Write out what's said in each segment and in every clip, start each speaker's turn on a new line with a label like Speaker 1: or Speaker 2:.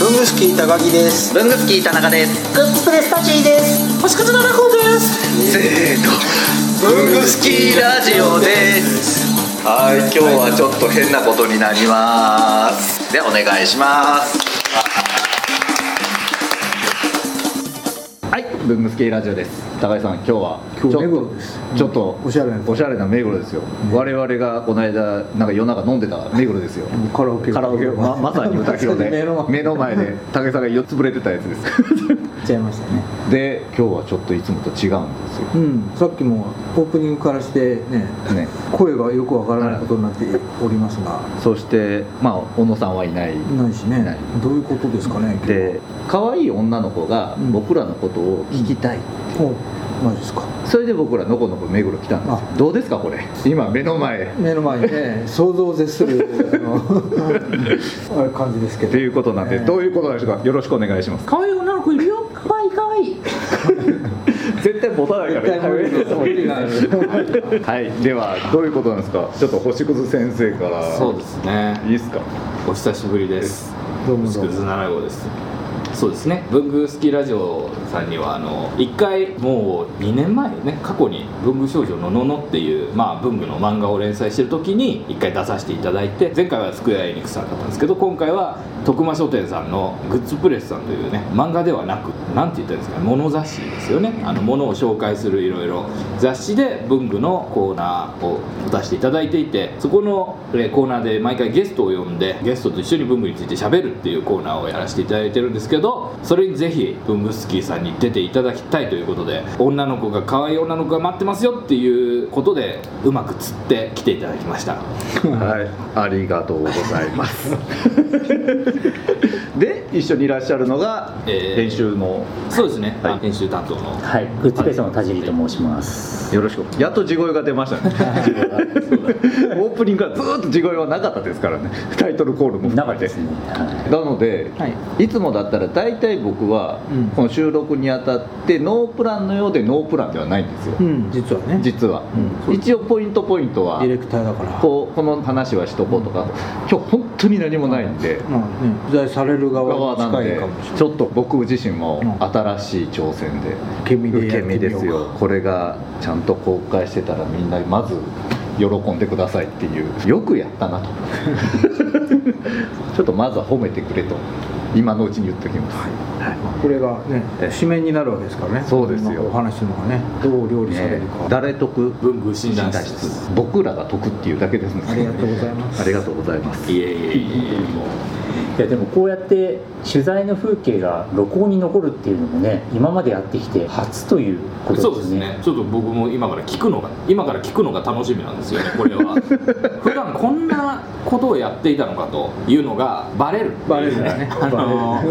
Speaker 1: ブングスキー高木です
Speaker 2: ブングスキー田中です
Speaker 3: グップレスタジーです
Speaker 1: 星屑七子です
Speaker 2: せーのブングスキーラジオですはい今日はちょっと変なことになりますでお願いしますはいブングスキーラジオです高井さん今日は
Speaker 4: 今日
Speaker 2: ちょっと
Speaker 4: 目黒です
Speaker 2: ちょっと
Speaker 4: おしゃれな
Speaker 2: おしゃれな目黒ですよ、我々がこの間なんか夜中飲んでた目黒ですよ
Speaker 4: カラオケ
Speaker 2: カラオケままさに歌 広 で
Speaker 4: 目の前
Speaker 2: 目の前で武井さんが4つぶれてたやつです
Speaker 4: 行っちゃいましたね
Speaker 2: で今日はちょっといつもと違うんですよ
Speaker 4: うんさっきもオープニングからしてね
Speaker 2: ね
Speaker 4: 声がよくわからないことになっておりますが
Speaker 2: そしてまあ小野さんはいない
Speaker 4: ないし
Speaker 2: な
Speaker 4: ね
Speaker 2: い
Speaker 4: どういうことですかね
Speaker 2: で可愛い女の子が
Speaker 4: うん
Speaker 2: 僕らのことを聞きたい、
Speaker 4: おマジですか
Speaker 2: それで僕らのこのこ目黒来たんです
Speaker 4: あ
Speaker 2: どうですかこれ今目の前
Speaker 4: 目の前にね想像を絶するあの あれ感じですけ
Speaker 2: と
Speaker 4: ど
Speaker 2: いうことなんで、
Speaker 4: ね
Speaker 2: どういうことなんでしょうかよろしくお願いします
Speaker 3: 可愛い女の子いるよ可愛い可愛い
Speaker 2: 絶対持たない
Speaker 4: 絶対無理です無理がある
Speaker 2: はいではどういうことなんですかちょっと星屑先生から
Speaker 5: そうですね
Speaker 2: いいですか
Speaker 5: お久しぶりです
Speaker 4: どうもどう
Speaker 5: く
Speaker 4: も
Speaker 5: ず7号ですそうですね文具スキーラジオさんにはあの1回もう2年前ね過去に「文具少女ののの」っていう、まあ、文具の漫画を連載してる時に1回出させていただいて前回はスクエア・エニックスさんだったんですけど今回は徳間書店さんの「グッズプレス」さんというね漫画ではなくなんて言ったらいいんですかね物雑誌ですよねあの物を紹介するいろいろ雑誌で文具のコーナーを持たせていただいていてそこのえーコーナーで毎回ゲストを呼んでゲストと一緒に文具について喋るっていうコーナーをやらせていただいてるんですけどそれにぜひ文具スキーさんに出ていただきたいということで女の子が可愛い女の子が待ってますよっていうことでうまく釣って来ていただきました
Speaker 2: はい、ありがとうございます。で、一緒にいらっしゃるのが、
Speaker 5: えー
Speaker 2: 練習の。
Speaker 5: そうですね、
Speaker 2: はい
Speaker 5: あ編集担当の
Speaker 3: はいグッズペースの田尻と申します
Speaker 2: よろしく。やっと地声が出ましたね。オープニングからずーっと地声はなかったですからね。タイトルコールも
Speaker 3: な
Speaker 2: 含
Speaker 3: か
Speaker 2: め
Speaker 3: っ
Speaker 2: て。
Speaker 3: たですねは
Speaker 2: なので、
Speaker 4: はい
Speaker 2: い、つもだったら大体僕は、
Speaker 4: うん
Speaker 2: この収録にあたってノープランのようでノープランではないんですよ、
Speaker 4: うん実はね
Speaker 2: 実は、
Speaker 4: うん
Speaker 2: 一応ポイントポイントは
Speaker 4: ディレクターだから
Speaker 2: こうこの話はしとこうとか、今日本当に何もないんで、
Speaker 4: まあね取材される側
Speaker 2: 側
Speaker 4: に
Speaker 2: な
Speaker 4: 近
Speaker 2: ん
Speaker 4: い
Speaker 2: で
Speaker 4: かもしれない
Speaker 2: ちょっと僕自身も
Speaker 4: うん
Speaker 2: 新しい挑戦で
Speaker 4: 受け身で
Speaker 2: 受
Speaker 4: や
Speaker 2: け
Speaker 4: ってみよ
Speaker 2: 身
Speaker 4: う
Speaker 2: ですよこれがちゃんと公開してたらみんなまず喜んでくださいっていうよくやったなとちょっとまずは褒めてくれと今のうちに言っときます、
Speaker 4: これがね
Speaker 2: え
Speaker 4: 締めになるわけですからね
Speaker 2: そうですよ
Speaker 4: このお話のがねどう料理されるか、
Speaker 2: ね誰得
Speaker 5: 文具診断室
Speaker 2: 僕らが得っていうだけですね
Speaker 4: ありがとうございます
Speaker 2: ありがとうございます
Speaker 5: いえいえいえいえもう
Speaker 3: いいやでもこうやって取材の風景が録音に残るっていうのもね今までやってきて初ということ
Speaker 5: そう
Speaker 3: で
Speaker 5: ですす
Speaker 3: ね
Speaker 5: ねちょっと僕も今から聞くのが今から聞くのが楽しみなんですよねこれ は普段こんなことをやっていたのかというのがバレる
Speaker 4: バレるよ ね
Speaker 5: あの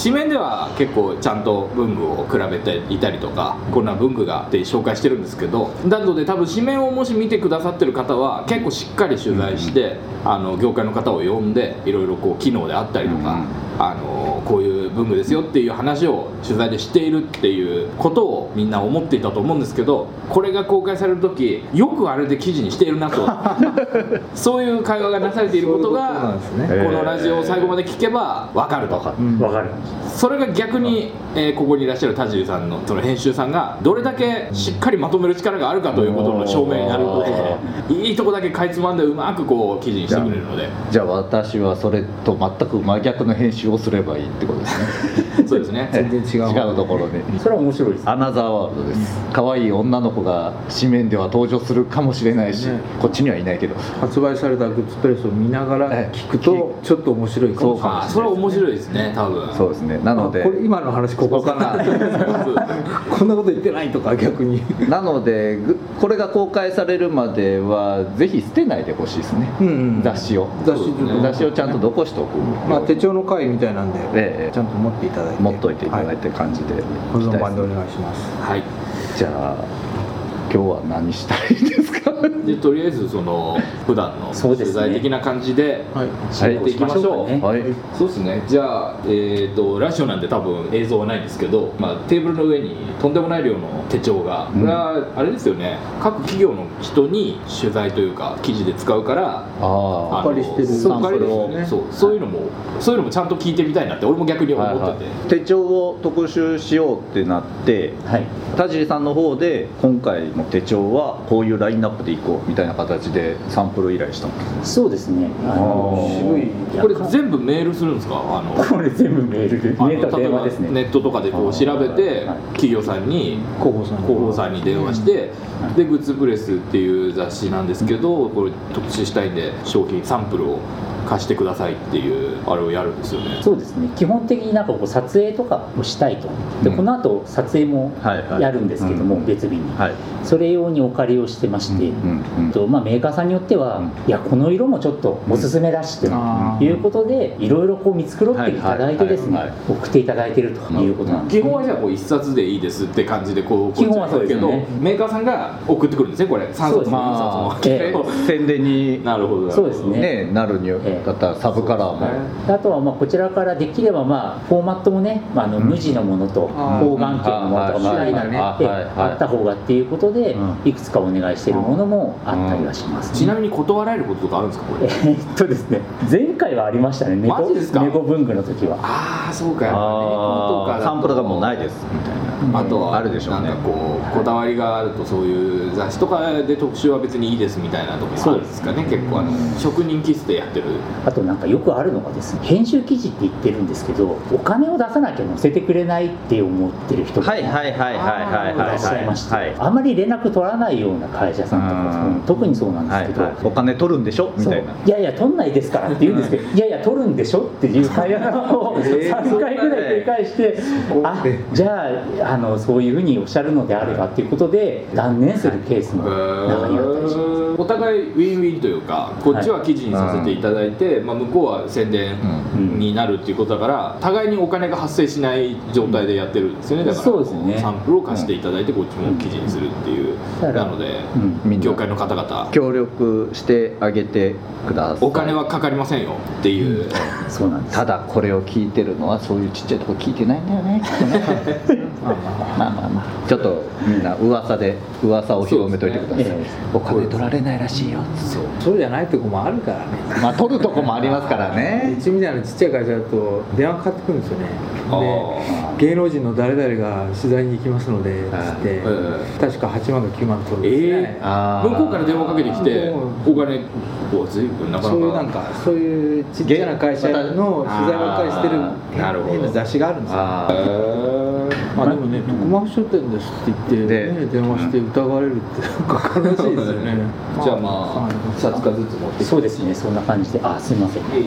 Speaker 5: 紙面では結構ちゃんと文具を比べていたりとかこんな文具がって紹介してるんですけどなので多分紙面をもし見てくださってる方は結構しっかり取材して、あの業界の方を呼んでいろいろこう機能であったりとか、あのこういう文具ですよっていう話を取材でしているっていうことをみんな思っていたと思うんですけどこれが公開される時よくあれで記事にしている なとそういう会話がなされていること
Speaker 4: そういうことな
Speaker 5: が
Speaker 4: んですね
Speaker 5: このラジオを最後まで聞けば分かるとか
Speaker 4: うん
Speaker 3: わかる
Speaker 5: それが逆に、えーここにいらっしゃる田尻さんのその編集さんがどれだけしっかりまとめる力があるかということの証明になるのでいいとこだけかいつまんでうまくこう記事にしてくれるので
Speaker 2: じゃあ私はそれと全く真逆の編集をすればいいってことですね
Speaker 5: そうですね
Speaker 4: 全然違う
Speaker 2: 違うところに
Speaker 3: それは面白いです
Speaker 2: アナザーワールドです可愛い女の子が紙面では登場するかもしれないし、
Speaker 4: ね
Speaker 2: こっちにはいないけど
Speaker 4: 発売されたグッズプレスを見なが
Speaker 2: え
Speaker 4: ら
Speaker 2: え
Speaker 4: 聞くとちょっと面白いかもしれない
Speaker 5: あーそれは面白いですね多分
Speaker 2: そうですねなので
Speaker 4: あこれ今の話ここかなこんなこと言ってないとか逆に
Speaker 2: なのでぐこれが公開されるまではぜひ捨てないでほしいですね、
Speaker 4: うんうん
Speaker 2: 雑誌を
Speaker 4: 雑誌ちょっと
Speaker 2: 雑誌をちゃんと残しておく、
Speaker 4: まあ手帳の回みたいなんで、
Speaker 2: ええ
Speaker 4: ちゃんと持っていただいて
Speaker 2: 持っといていただい
Speaker 4: は
Speaker 2: て感じで、
Speaker 4: 保存版でお願いします
Speaker 5: はい
Speaker 2: じゃあ今日は何したいですか
Speaker 6: ですか
Speaker 5: でとりあえずその普段の
Speaker 3: そう
Speaker 5: 取
Speaker 3: ですね
Speaker 5: 材的な感じで
Speaker 4: はい
Speaker 5: 進行しまし
Speaker 3: 進行しましょ
Speaker 5: ょ
Speaker 3: う
Speaker 5: う
Speaker 3: かね
Speaker 6: はい
Speaker 5: そうですねじゃあ、えー、とラジオなんで多分映像はないんですけど、まあ、テーブルの上にとんでもない量の手帳がこれはあれですよね各企業の人に取材というか記事で使うから
Speaker 6: あ
Speaker 5: あ
Speaker 4: お借りしてる
Speaker 5: そうお借りです
Speaker 4: サンプルをね
Speaker 5: そうそういうのもそういうのもちゃんと聞いてみたいなって俺も逆に思ってて、
Speaker 2: 手帳を特集しようってなって
Speaker 3: はい
Speaker 2: 田尻さんの方で今回の手帳はこういうラインナップでいこうみたいな形でサンプル依頼したの
Speaker 3: そうですねあの
Speaker 4: 渋い
Speaker 3: や
Speaker 5: これ全部メールするんですかあ の
Speaker 3: これ全部メールで
Speaker 5: あの
Speaker 3: メールと電話です
Speaker 5: 例えばネ
Speaker 3: ね
Speaker 5: ットとかでこう調べて
Speaker 3: はい
Speaker 5: 企業さんに
Speaker 4: 広報さん
Speaker 5: 広報さんに電話して、でグッズプレスっていう雑誌なんですけどこれ特集したいんで商品サンプルを貸してくださいっていうあれをやるんですよね
Speaker 3: そうですね基本的になんかこう撮影とかをしたいとで
Speaker 2: うん
Speaker 3: この後撮影も
Speaker 2: はいはい
Speaker 3: やるんですけども、
Speaker 2: うん
Speaker 3: 別日に
Speaker 2: はい
Speaker 3: それ用にお借りをしてまして、
Speaker 2: うんうん
Speaker 3: とまあ、メーカーさんによっては、
Speaker 2: うん
Speaker 3: いやこの色もちょっとおすすめだしと
Speaker 4: あ
Speaker 3: いうことでいろいろこう見繕っていただいてですね、
Speaker 2: はいはい
Speaker 3: 送っていただいてるということなんです、
Speaker 5: 基本はじゃあこう1冊でいいですって感じでこう
Speaker 3: 基本はそうですね
Speaker 5: こっちに来るけどメーカーさんが送ってくるんですねこれ3冊
Speaker 3: そ
Speaker 5: も
Speaker 3: う
Speaker 5: 4
Speaker 3: です
Speaker 5: 冊
Speaker 3: ね
Speaker 5: も
Speaker 2: まあ、
Speaker 3: え
Speaker 2: 宣伝に、
Speaker 5: なるほどなるほど
Speaker 3: そうですね
Speaker 2: ね、なるにだったらサブカラーも、
Speaker 3: あとはまあこちらからできればまあフォーマットもね、まあ、あの無地のものと
Speaker 4: あー
Speaker 3: 方眼形のものとか
Speaker 2: うん
Speaker 3: みたいなのがあって
Speaker 2: はいはいはい
Speaker 3: あった方がっていうことで
Speaker 2: うん
Speaker 3: いくつかお願いしてるものもあったりはします、
Speaker 5: ちなみに断られることとかあるんですかこ
Speaker 3: え
Speaker 5: れ
Speaker 3: ーっとですね前回はありましたね猫
Speaker 5: マジですか
Speaker 3: 猫文具の時は
Speaker 5: ああそうかやっぱ猫と
Speaker 2: あー
Speaker 5: かだと
Speaker 2: サンプルがもうないですみたいな、
Speaker 5: あとは
Speaker 2: あるでしょうね
Speaker 5: なんかこうこだわりがあるとそういう雑誌とかで特集は別にいいですみたいなとこもあるんですかね結構あの職人気質でやってる
Speaker 3: あとなんかよくあるのがですね編集記事って言ってるんですけどお金を出さなきゃ載せてくれないって思ってる人が
Speaker 2: は
Speaker 3: ね
Speaker 2: いはいはいはいはいはい
Speaker 3: らっしゃいまして、
Speaker 2: はい
Speaker 3: あまり連絡取らないような会社さんとか、
Speaker 2: うん
Speaker 3: 特にそうなんです
Speaker 2: は
Speaker 3: け
Speaker 2: い
Speaker 3: ど、
Speaker 2: はいお金取るんでしょみ
Speaker 3: そう
Speaker 2: たいな。
Speaker 3: いやいや取んないですからって言うんですけどいやいや取るんでしょっていう会話を
Speaker 2: えー
Speaker 3: 3回ぐらい繰り返してあじゃああのそういうふうにおっしゃるのであればっていうことで断念するケースも中にあったりします。
Speaker 5: お互いウィンウィンというかこっちは記事にさせていただいて、まあ、向こうは宣伝
Speaker 3: うん
Speaker 5: になるっていうことだから互いにお金が発生しない状態でやってるんですよねだから
Speaker 3: そうですね
Speaker 5: サンプルを貸していただいてこっちも記事にするっていう、
Speaker 3: うん
Speaker 5: なので、
Speaker 3: うん
Speaker 2: みんな
Speaker 5: 業界の方々
Speaker 2: 協力してあげてください
Speaker 5: お金はかかりませんよっていう、
Speaker 3: そうなんです
Speaker 2: ただこれを聞いてるのはそういうちっちゃいとこ聞いてないんだよねきっとね まあまあまあちょっとみんな噂で噂を広めといてください、
Speaker 3: そうです
Speaker 2: お金取られないらしいよ
Speaker 5: そう
Speaker 4: そうじゃないとこもあるからね
Speaker 2: まあ取るとこもありますからね
Speaker 4: うちみたいなちっちゃい会社だと電話かかってくるんですよね
Speaker 5: あ
Speaker 4: で芸能人の誰々が取材に行きますのでっつ
Speaker 2: あ
Speaker 4: って
Speaker 5: え
Speaker 4: 確か8万か9万取るんですね、
Speaker 5: えー
Speaker 2: あー
Speaker 5: 向こうから電話かけてきて
Speaker 4: うん
Speaker 5: お金を随分なかなか
Speaker 4: そういうなんかそういうちっちゃな会社の取材ばっかりしてる
Speaker 2: あ
Speaker 5: ーなるほど
Speaker 4: 変な雑誌があるんですよ
Speaker 2: あ
Speaker 5: へ
Speaker 2: ー
Speaker 5: ー
Speaker 4: まあでもね「徳間書店です」って言って、ね、電話して疑われるってなんか悲しいですよね
Speaker 5: じゃあまあ二冊かずつ持ってきて
Speaker 3: そうですねそんな感じであすいません
Speaker 5: いえい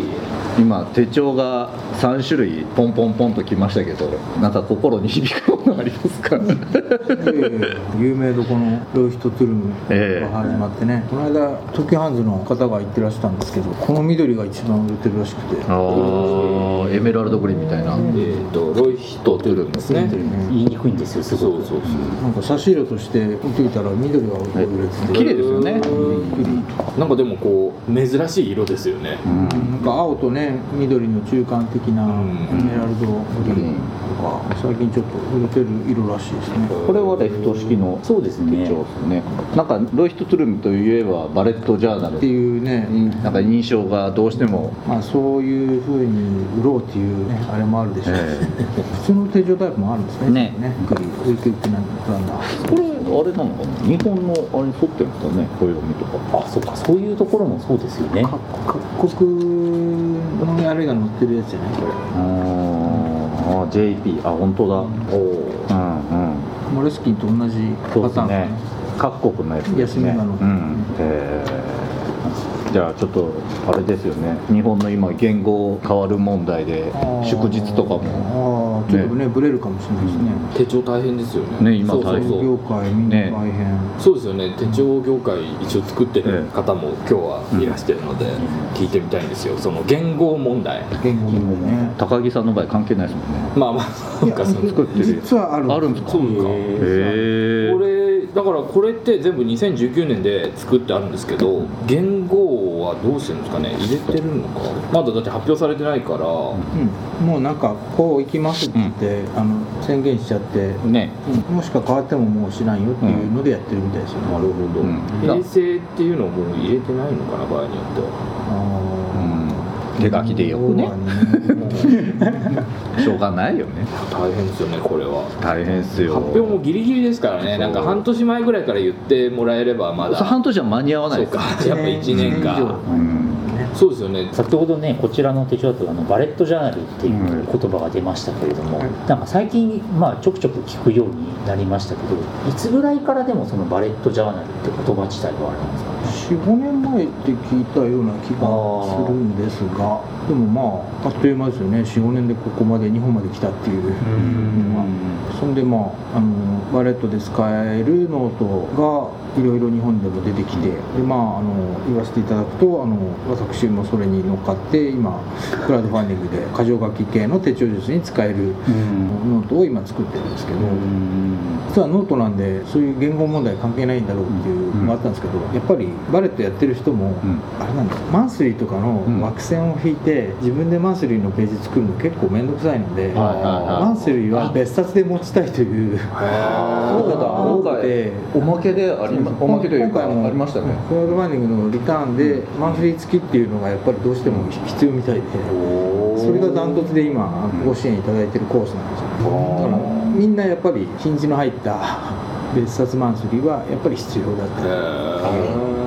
Speaker 2: 今手帳が3種類ポンポンポンときましたけどなんか心に響くものありますか
Speaker 4: 有名どこのロイヒトトゥルムが始まってね、この間時ハンズの方が行ってらしたんですけどこの緑が一番売れてるらしくて
Speaker 2: あ あエメラルドグリーンみたいな
Speaker 5: ええーとロイヒト・トゥルムですね
Speaker 3: 言いにくいんですよす
Speaker 5: そ
Speaker 3: ご
Speaker 5: う
Speaker 3: く
Speaker 5: そうそう
Speaker 4: なんか差し入れとして置いていたら緑が売れてて
Speaker 2: 綺麗ですよね
Speaker 5: うんなんかでもこう珍しい色ですよね
Speaker 4: なんか青とね緑の中間的な
Speaker 5: うん
Speaker 4: エメラルドグリーンとか最近ちょっと売れてる色らしいですね
Speaker 2: これはレフト式の
Speaker 3: そうですね
Speaker 2: 手帳ですねなんかロイヒトトゥルムといえばバレットジャーナルっ
Speaker 4: って
Speaker 2: てい
Speaker 4: い
Speaker 2: う
Speaker 4: うね
Speaker 2: なんか印象がどうしても
Speaker 4: まあそういうふうに売ろうっていうねあれもあるでしょうし、
Speaker 2: え
Speaker 4: 普通の手錠タイプもあるんですね
Speaker 2: ね
Speaker 4: グリグリグリってなんだなんだ
Speaker 2: これあれなのかな日本のあれに沿ってるんですかね暦とか
Speaker 3: あそうかそういうところもそうですよね
Speaker 4: 各国のあれが載ってるやつじゃないこれ
Speaker 2: ああ JP あ本当だうんうん
Speaker 4: モレスキンと同じ
Speaker 2: そう
Speaker 4: パ
Speaker 2: で
Speaker 4: ター
Speaker 2: す
Speaker 4: ン
Speaker 2: ね各国のやつですね
Speaker 4: 休みなの
Speaker 2: うんえーじゃあちょっとあれですよね日本の今言語変わる問題で
Speaker 4: あー
Speaker 2: 祝日とかも
Speaker 4: ああちょっとねブレるかもしれないですね、
Speaker 5: 手帳大変ですよね
Speaker 2: ね今
Speaker 5: そうそう
Speaker 2: 大変
Speaker 5: そう
Speaker 4: 業界みんな大変、
Speaker 5: そうですよね手帳業界一応作ってる方も今日はいらしてるので聞いてみたいんですよその言語問題
Speaker 4: 言語もね
Speaker 2: 高木さんの場合関係ないですもんね
Speaker 5: まあまあなんかその
Speaker 2: 作ってる
Speaker 4: 実はある
Speaker 2: あるんですか
Speaker 5: そうか
Speaker 2: へえ
Speaker 5: 俺だからこれって全部2019年で作ってあるんですけど言語はどうしてるんですかね入れてるのかまだだって発表されてないか
Speaker 4: う
Speaker 5: ら、
Speaker 4: ん、もうなんかこう行きますって言って、あの宣言しちゃって、
Speaker 2: ね
Speaker 4: うんもしか変わってももう知らんよっていうのでやってるみたいですよね、
Speaker 5: なるほど、
Speaker 2: うん
Speaker 5: 平成っていうのをもう入れてないのかな場合によっては
Speaker 2: うん手書きでよくね しょうがないよね
Speaker 5: 大変ですよねこれは
Speaker 2: 大変っすよ
Speaker 5: 発表もギリギリですから
Speaker 2: そ
Speaker 5: ね
Speaker 2: う
Speaker 5: なんか半年前ぐらいから言ってもらえればまだ
Speaker 2: そう半年じゃ間に合わないで
Speaker 5: そう
Speaker 2: す
Speaker 5: かやっぱ1年か
Speaker 2: うん
Speaker 5: そうですよね
Speaker 3: 先ほどねこちらの手帳だとあのバレットジャーナルっていう
Speaker 2: うん
Speaker 3: 言葉が出ましたけれども、なんか最近、まあ、ちょくちょく聞くようになりましたけどいつぐらいからでもそのバレットジャーナルって言葉自体はあれなんですかね
Speaker 4: 45年前って聞いたような気がするんですがでもまああっという間ですよね45年でここまで日本まで来たっていう、まあそんでまああのバレットで使えるノートがいろいろ日本でも出てきてでまああの言わせていただくとあの私もそれに乗っかって今クラウドファンディングで箇条書き系の手帳術に使えるノートを今作ってるんですけど、実はノートなんでそういう言語問題関係ないんだろうっていうのがあったんですけど、やっぱりバレットやってる人も、
Speaker 2: ん
Speaker 4: あれなんだマンスリーとか
Speaker 2: うん
Speaker 4: の枠線を引いて自分でマンスリーのページ作るの結構面倒くさいので、
Speaker 5: はいはいはい
Speaker 4: マンスリーは別冊で持ちたいという
Speaker 2: そうだった
Speaker 4: 多くて
Speaker 2: おまけでありまおまけというか
Speaker 4: 今回も
Speaker 2: ありましたね
Speaker 4: クラウドファンディングのリターンでマンスリー付きっていうのがやっぱりどうしても必要みたいで。それがダントツで今ご支援いただいてるコースなんですよだからみんなやっぱりヒンジの入った別冊マンスリーはやっぱり必要だっ
Speaker 5: へ
Speaker 4: た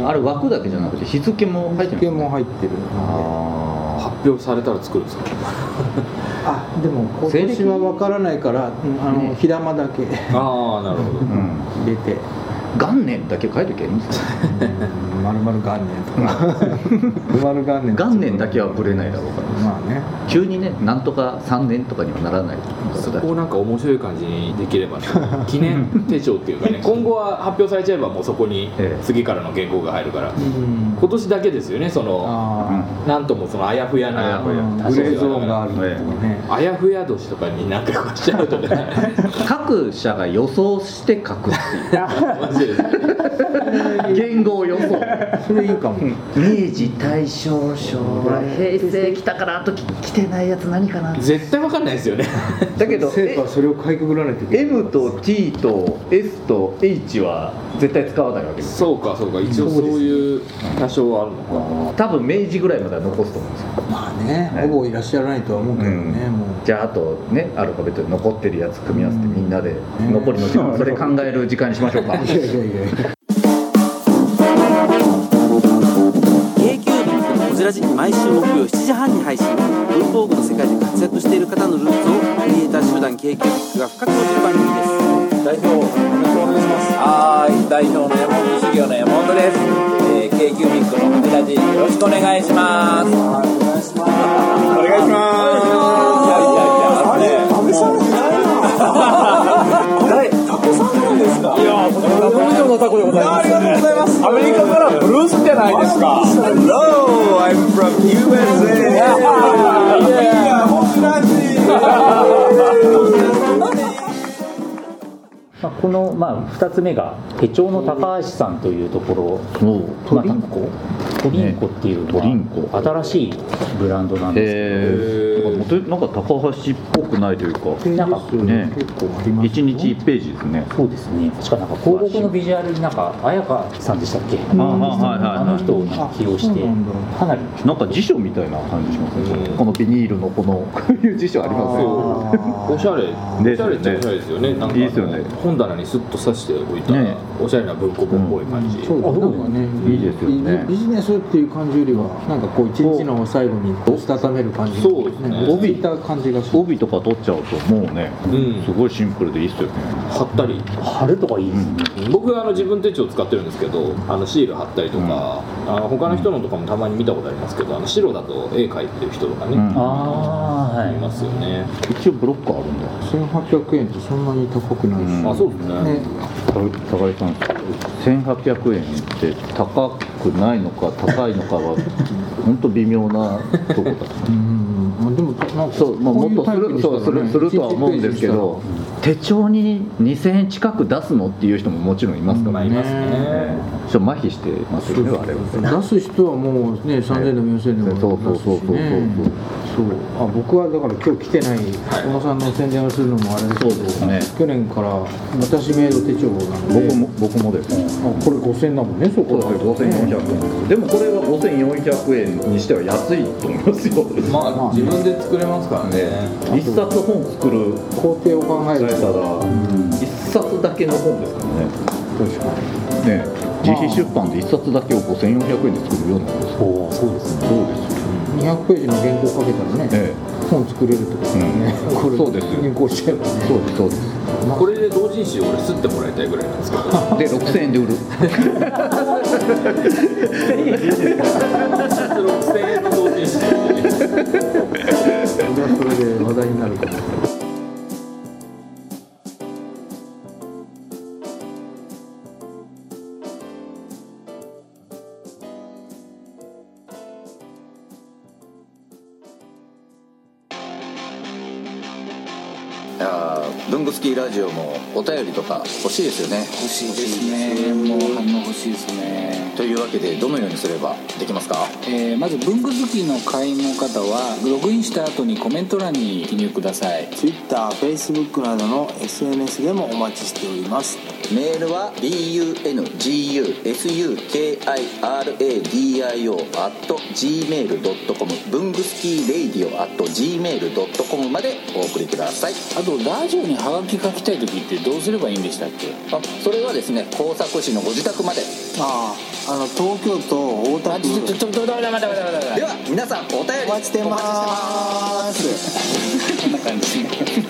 Speaker 5: ー
Speaker 2: あれ枠だけじゃなくて日付も入って
Speaker 4: 日付
Speaker 2: る
Speaker 4: も入ってるので
Speaker 2: あ
Speaker 5: 発表されたら作るんですか
Speaker 4: あでも今年は分からないから、うんあの
Speaker 2: ね
Speaker 4: 火玉だけ入
Speaker 5: ああなるほど
Speaker 2: あうん
Speaker 4: れ て
Speaker 2: 元年だけ書いときゃいいんですか
Speaker 4: うん丸々元年とか丸々元年
Speaker 2: 元年だけはぶれないだろうから
Speaker 4: まあね
Speaker 2: 急にねなんとか3年とかにはならない
Speaker 5: そこをなんか面白い感じにできれ ばね記念手帳っていうかね今後は発表されちゃえばもうそこに
Speaker 2: ええ
Speaker 5: 次からの原稿が入るから
Speaker 4: うん
Speaker 5: 今年だけですよねその
Speaker 4: あ
Speaker 5: なんともそのあやふや
Speaker 2: あや
Speaker 5: な
Speaker 4: あ、
Speaker 2: ふ
Speaker 4: う
Speaker 2: や
Speaker 4: んグレーゾーンがあるとかね、
Speaker 5: あやふや年とかになんかこうしちゃうとね
Speaker 2: 各社が予想して書くって
Speaker 5: マ ジで
Speaker 2: いう言語を予想
Speaker 4: それいいかも、
Speaker 2: 明治大正昭和平成来たからあとき来てないやつ何かな
Speaker 5: 絶対わかんないです よね
Speaker 2: だけ ど
Speaker 4: 生徒はそれをかいくぐらないといけない
Speaker 2: M と T と S と H は絶対使わないわけです
Speaker 5: そうかそうか一応そういう多少はあるのか
Speaker 2: 多分明治ぐらいまでは残すと思うんですよ
Speaker 4: まあねほぼいらっしゃらないとは思うけどね、
Speaker 2: う
Speaker 4: も
Speaker 2: ん
Speaker 4: う
Speaker 2: じゃああとねアルファベットで残ってるやつ組み合わせてみんなで
Speaker 4: ん
Speaker 2: 残りの時間それ考える時間にしまし ょうか
Speaker 4: いやいやいやいや
Speaker 7: k q b のこじらじ毎週木曜7時半に配信文房具の世界で活躍している方のルーツをクリエイター集団 k q b が深く落ちる番組です代表よろしくお願いしますはーい代表の山本修行の山本です、えー、k q b のこじらじよろしくお願いしますお願いしますお願いしますいやいやいやあれさんじゃないなタコさんなんですかいや以上のタコでございますありがとうございますアメリカからブルースじゃないですか Hello I'm from USA
Speaker 3: まあ、この、まあ、2つ目が手帳の高橋さんというところ
Speaker 2: おう
Speaker 3: まあトリンコっていう、
Speaker 2: トリンコ
Speaker 3: まあ新しいブランドなんです
Speaker 2: えー、なんか元々なんか高橋っぽくないというか
Speaker 3: なんか
Speaker 2: ね
Speaker 4: 結構あります
Speaker 2: 一日一ページですね
Speaker 3: そうですね確かなんか広告のビジュアルになんか綾香さんでしたっけ、
Speaker 2: はいはいはい
Speaker 3: あの人を起用して
Speaker 4: あそうなんだ
Speaker 3: かなり
Speaker 2: なんか辞書みたいな感じしますね、このビニールのこのこういう辞書ありますよ
Speaker 5: おしゃれ
Speaker 2: ね
Speaker 5: おしゃれっちゃおしゃれですよねなんか
Speaker 2: いいですよね
Speaker 5: 本棚にスッと刺しておいた
Speaker 2: ね
Speaker 5: おしゃれな文庫本っぽい感じ、
Speaker 4: そうですなんかね
Speaker 2: いいですよね
Speaker 4: ビジネスっていう感じよりはなんかこう一日の最後にこうしたためる感じ
Speaker 5: そうですね
Speaker 4: 帯びた感じがする
Speaker 2: 帯とか取っちゃうともうね、
Speaker 5: うん
Speaker 2: すごいシンプルでいいっすよね
Speaker 5: 貼ったり
Speaker 3: 貼るとかいいですね、
Speaker 5: 僕あの自分手帳使ってるんですけどあのシール貼ったりとか、あの他の人のとかもたまに見たことありますけどあの白だと絵描いてる人とかね、
Speaker 2: うん
Speaker 3: ああはい
Speaker 5: いますよね、
Speaker 2: 一応ブロックあるんだ
Speaker 4: 1800円ってそんなに高くないし、
Speaker 2: うん
Speaker 5: あそうですね
Speaker 4: ね
Speaker 2: 高井さん1800円って高くないのか高いのかは本当微妙なとこだ
Speaker 4: うんまあでもなんか
Speaker 2: そう、まあ、
Speaker 4: こ
Speaker 2: も
Speaker 4: うい
Speaker 2: っとす
Speaker 4: タイプ
Speaker 2: る
Speaker 4: に
Speaker 2: そうす
Speaker 4: したら
Speaker 2: る
Speaker 4: ね
Speaker 2: するとは思うんですけど
Speaker 4: 一日一ページにしたら
Speaker 2: 手帳に2000円近く出すのっていう人ももちろんいますか
Speaker 5: ま
Speaker 2: ら
Speaker 5: あい
Speaker 2: ね、
Speaker 5: ますね
Speaker 2: ちょっと麻痺してますよね我々
Speaker 4: 出す人はもうね3000でも4000で
Speaker 2: そうそ
Speaker 4: も
Speaker 2: う
Speaker 4: 出すし
Speaker 2: そうそうそう
Speaker 4: ねそうあ僕はだから今日来てない小野さんの宣伝をするのもあれですけど
Speaker 2: そうですね
Speaker 4: 去年から私メイド手帳なので
Speaker 2: 僕も僕もですね
Speaker 4: あこれ5000だもんねそ
Speaker 2: そ
Speaker 4: こ
Speaker 2: うです5400円でもこれが5400円にしては安いと思いますよ、
Speaker 5: まあ自分で作れますからね
Speaker 2: 一冊本作る
Speaker 4: 工程を考え
Speaker 2: 考
Speaker 4: る
Speaker 2: えた
Speaker 4: と
Speaker 2: ら一冊だけの本ですからね
Speaker 4: 確かに
Speaker 2: ね自費出版で一冊だけを5400円で作るようなものです
Speaker 3: おーそうですね
Speaker 2: そうですよ
Speaker 4: 200ページの原稿かけたらね
Speaker 2: ええ
Speaker 4: 本作れるってことね
Speaker 2: うん
Speaker 4: これ
Speaker 2: そうですよ
Speaker 4: 原稿しちゃえばね
Speaker 2: そうですそうです
Speaker 5: これで同人誌俺吸ってもらいたいぐらいなん ですけど
Speaker 2: で6000円で売る
Speaker 5: 6000円の同人誌
Speaker 4: それはそれで話題になるから
Speaker 6: いやー文具スキーラジオもお便りとか欲しいですよね
Speaker 8: 欲しいですねもう反応欲しいですね
Speaker 6: というわけでどのようにすればできますか
Speaker 8: えーまず文具好きの会員の方はログインした後にコメント欄に記入ください
Speaker 9: TwitterFacebook などの SNS でもお待ちしております
Speaker 6: メールは bungusukiradio.gmail.com 文具スキーラディオ .gmail.com までお送りください
Speaker 8: あとラジオにハガキ書きたい時ってどうすればいいんでしたっけ
Speaker 6: あそれはですね工作士のご自宅まで
Speaker 9: あああの東京都大田
Speaker 8: あ
Speaker 9: 区
Speaker 8: ちょちょちょちょちょちょちょちょちょちょちょ
Speaker 6: では皆さんお便り
Speaker 9: お待ちしてます
Speaker 6: お待ちしてます
Speaker 8: こんな感じですね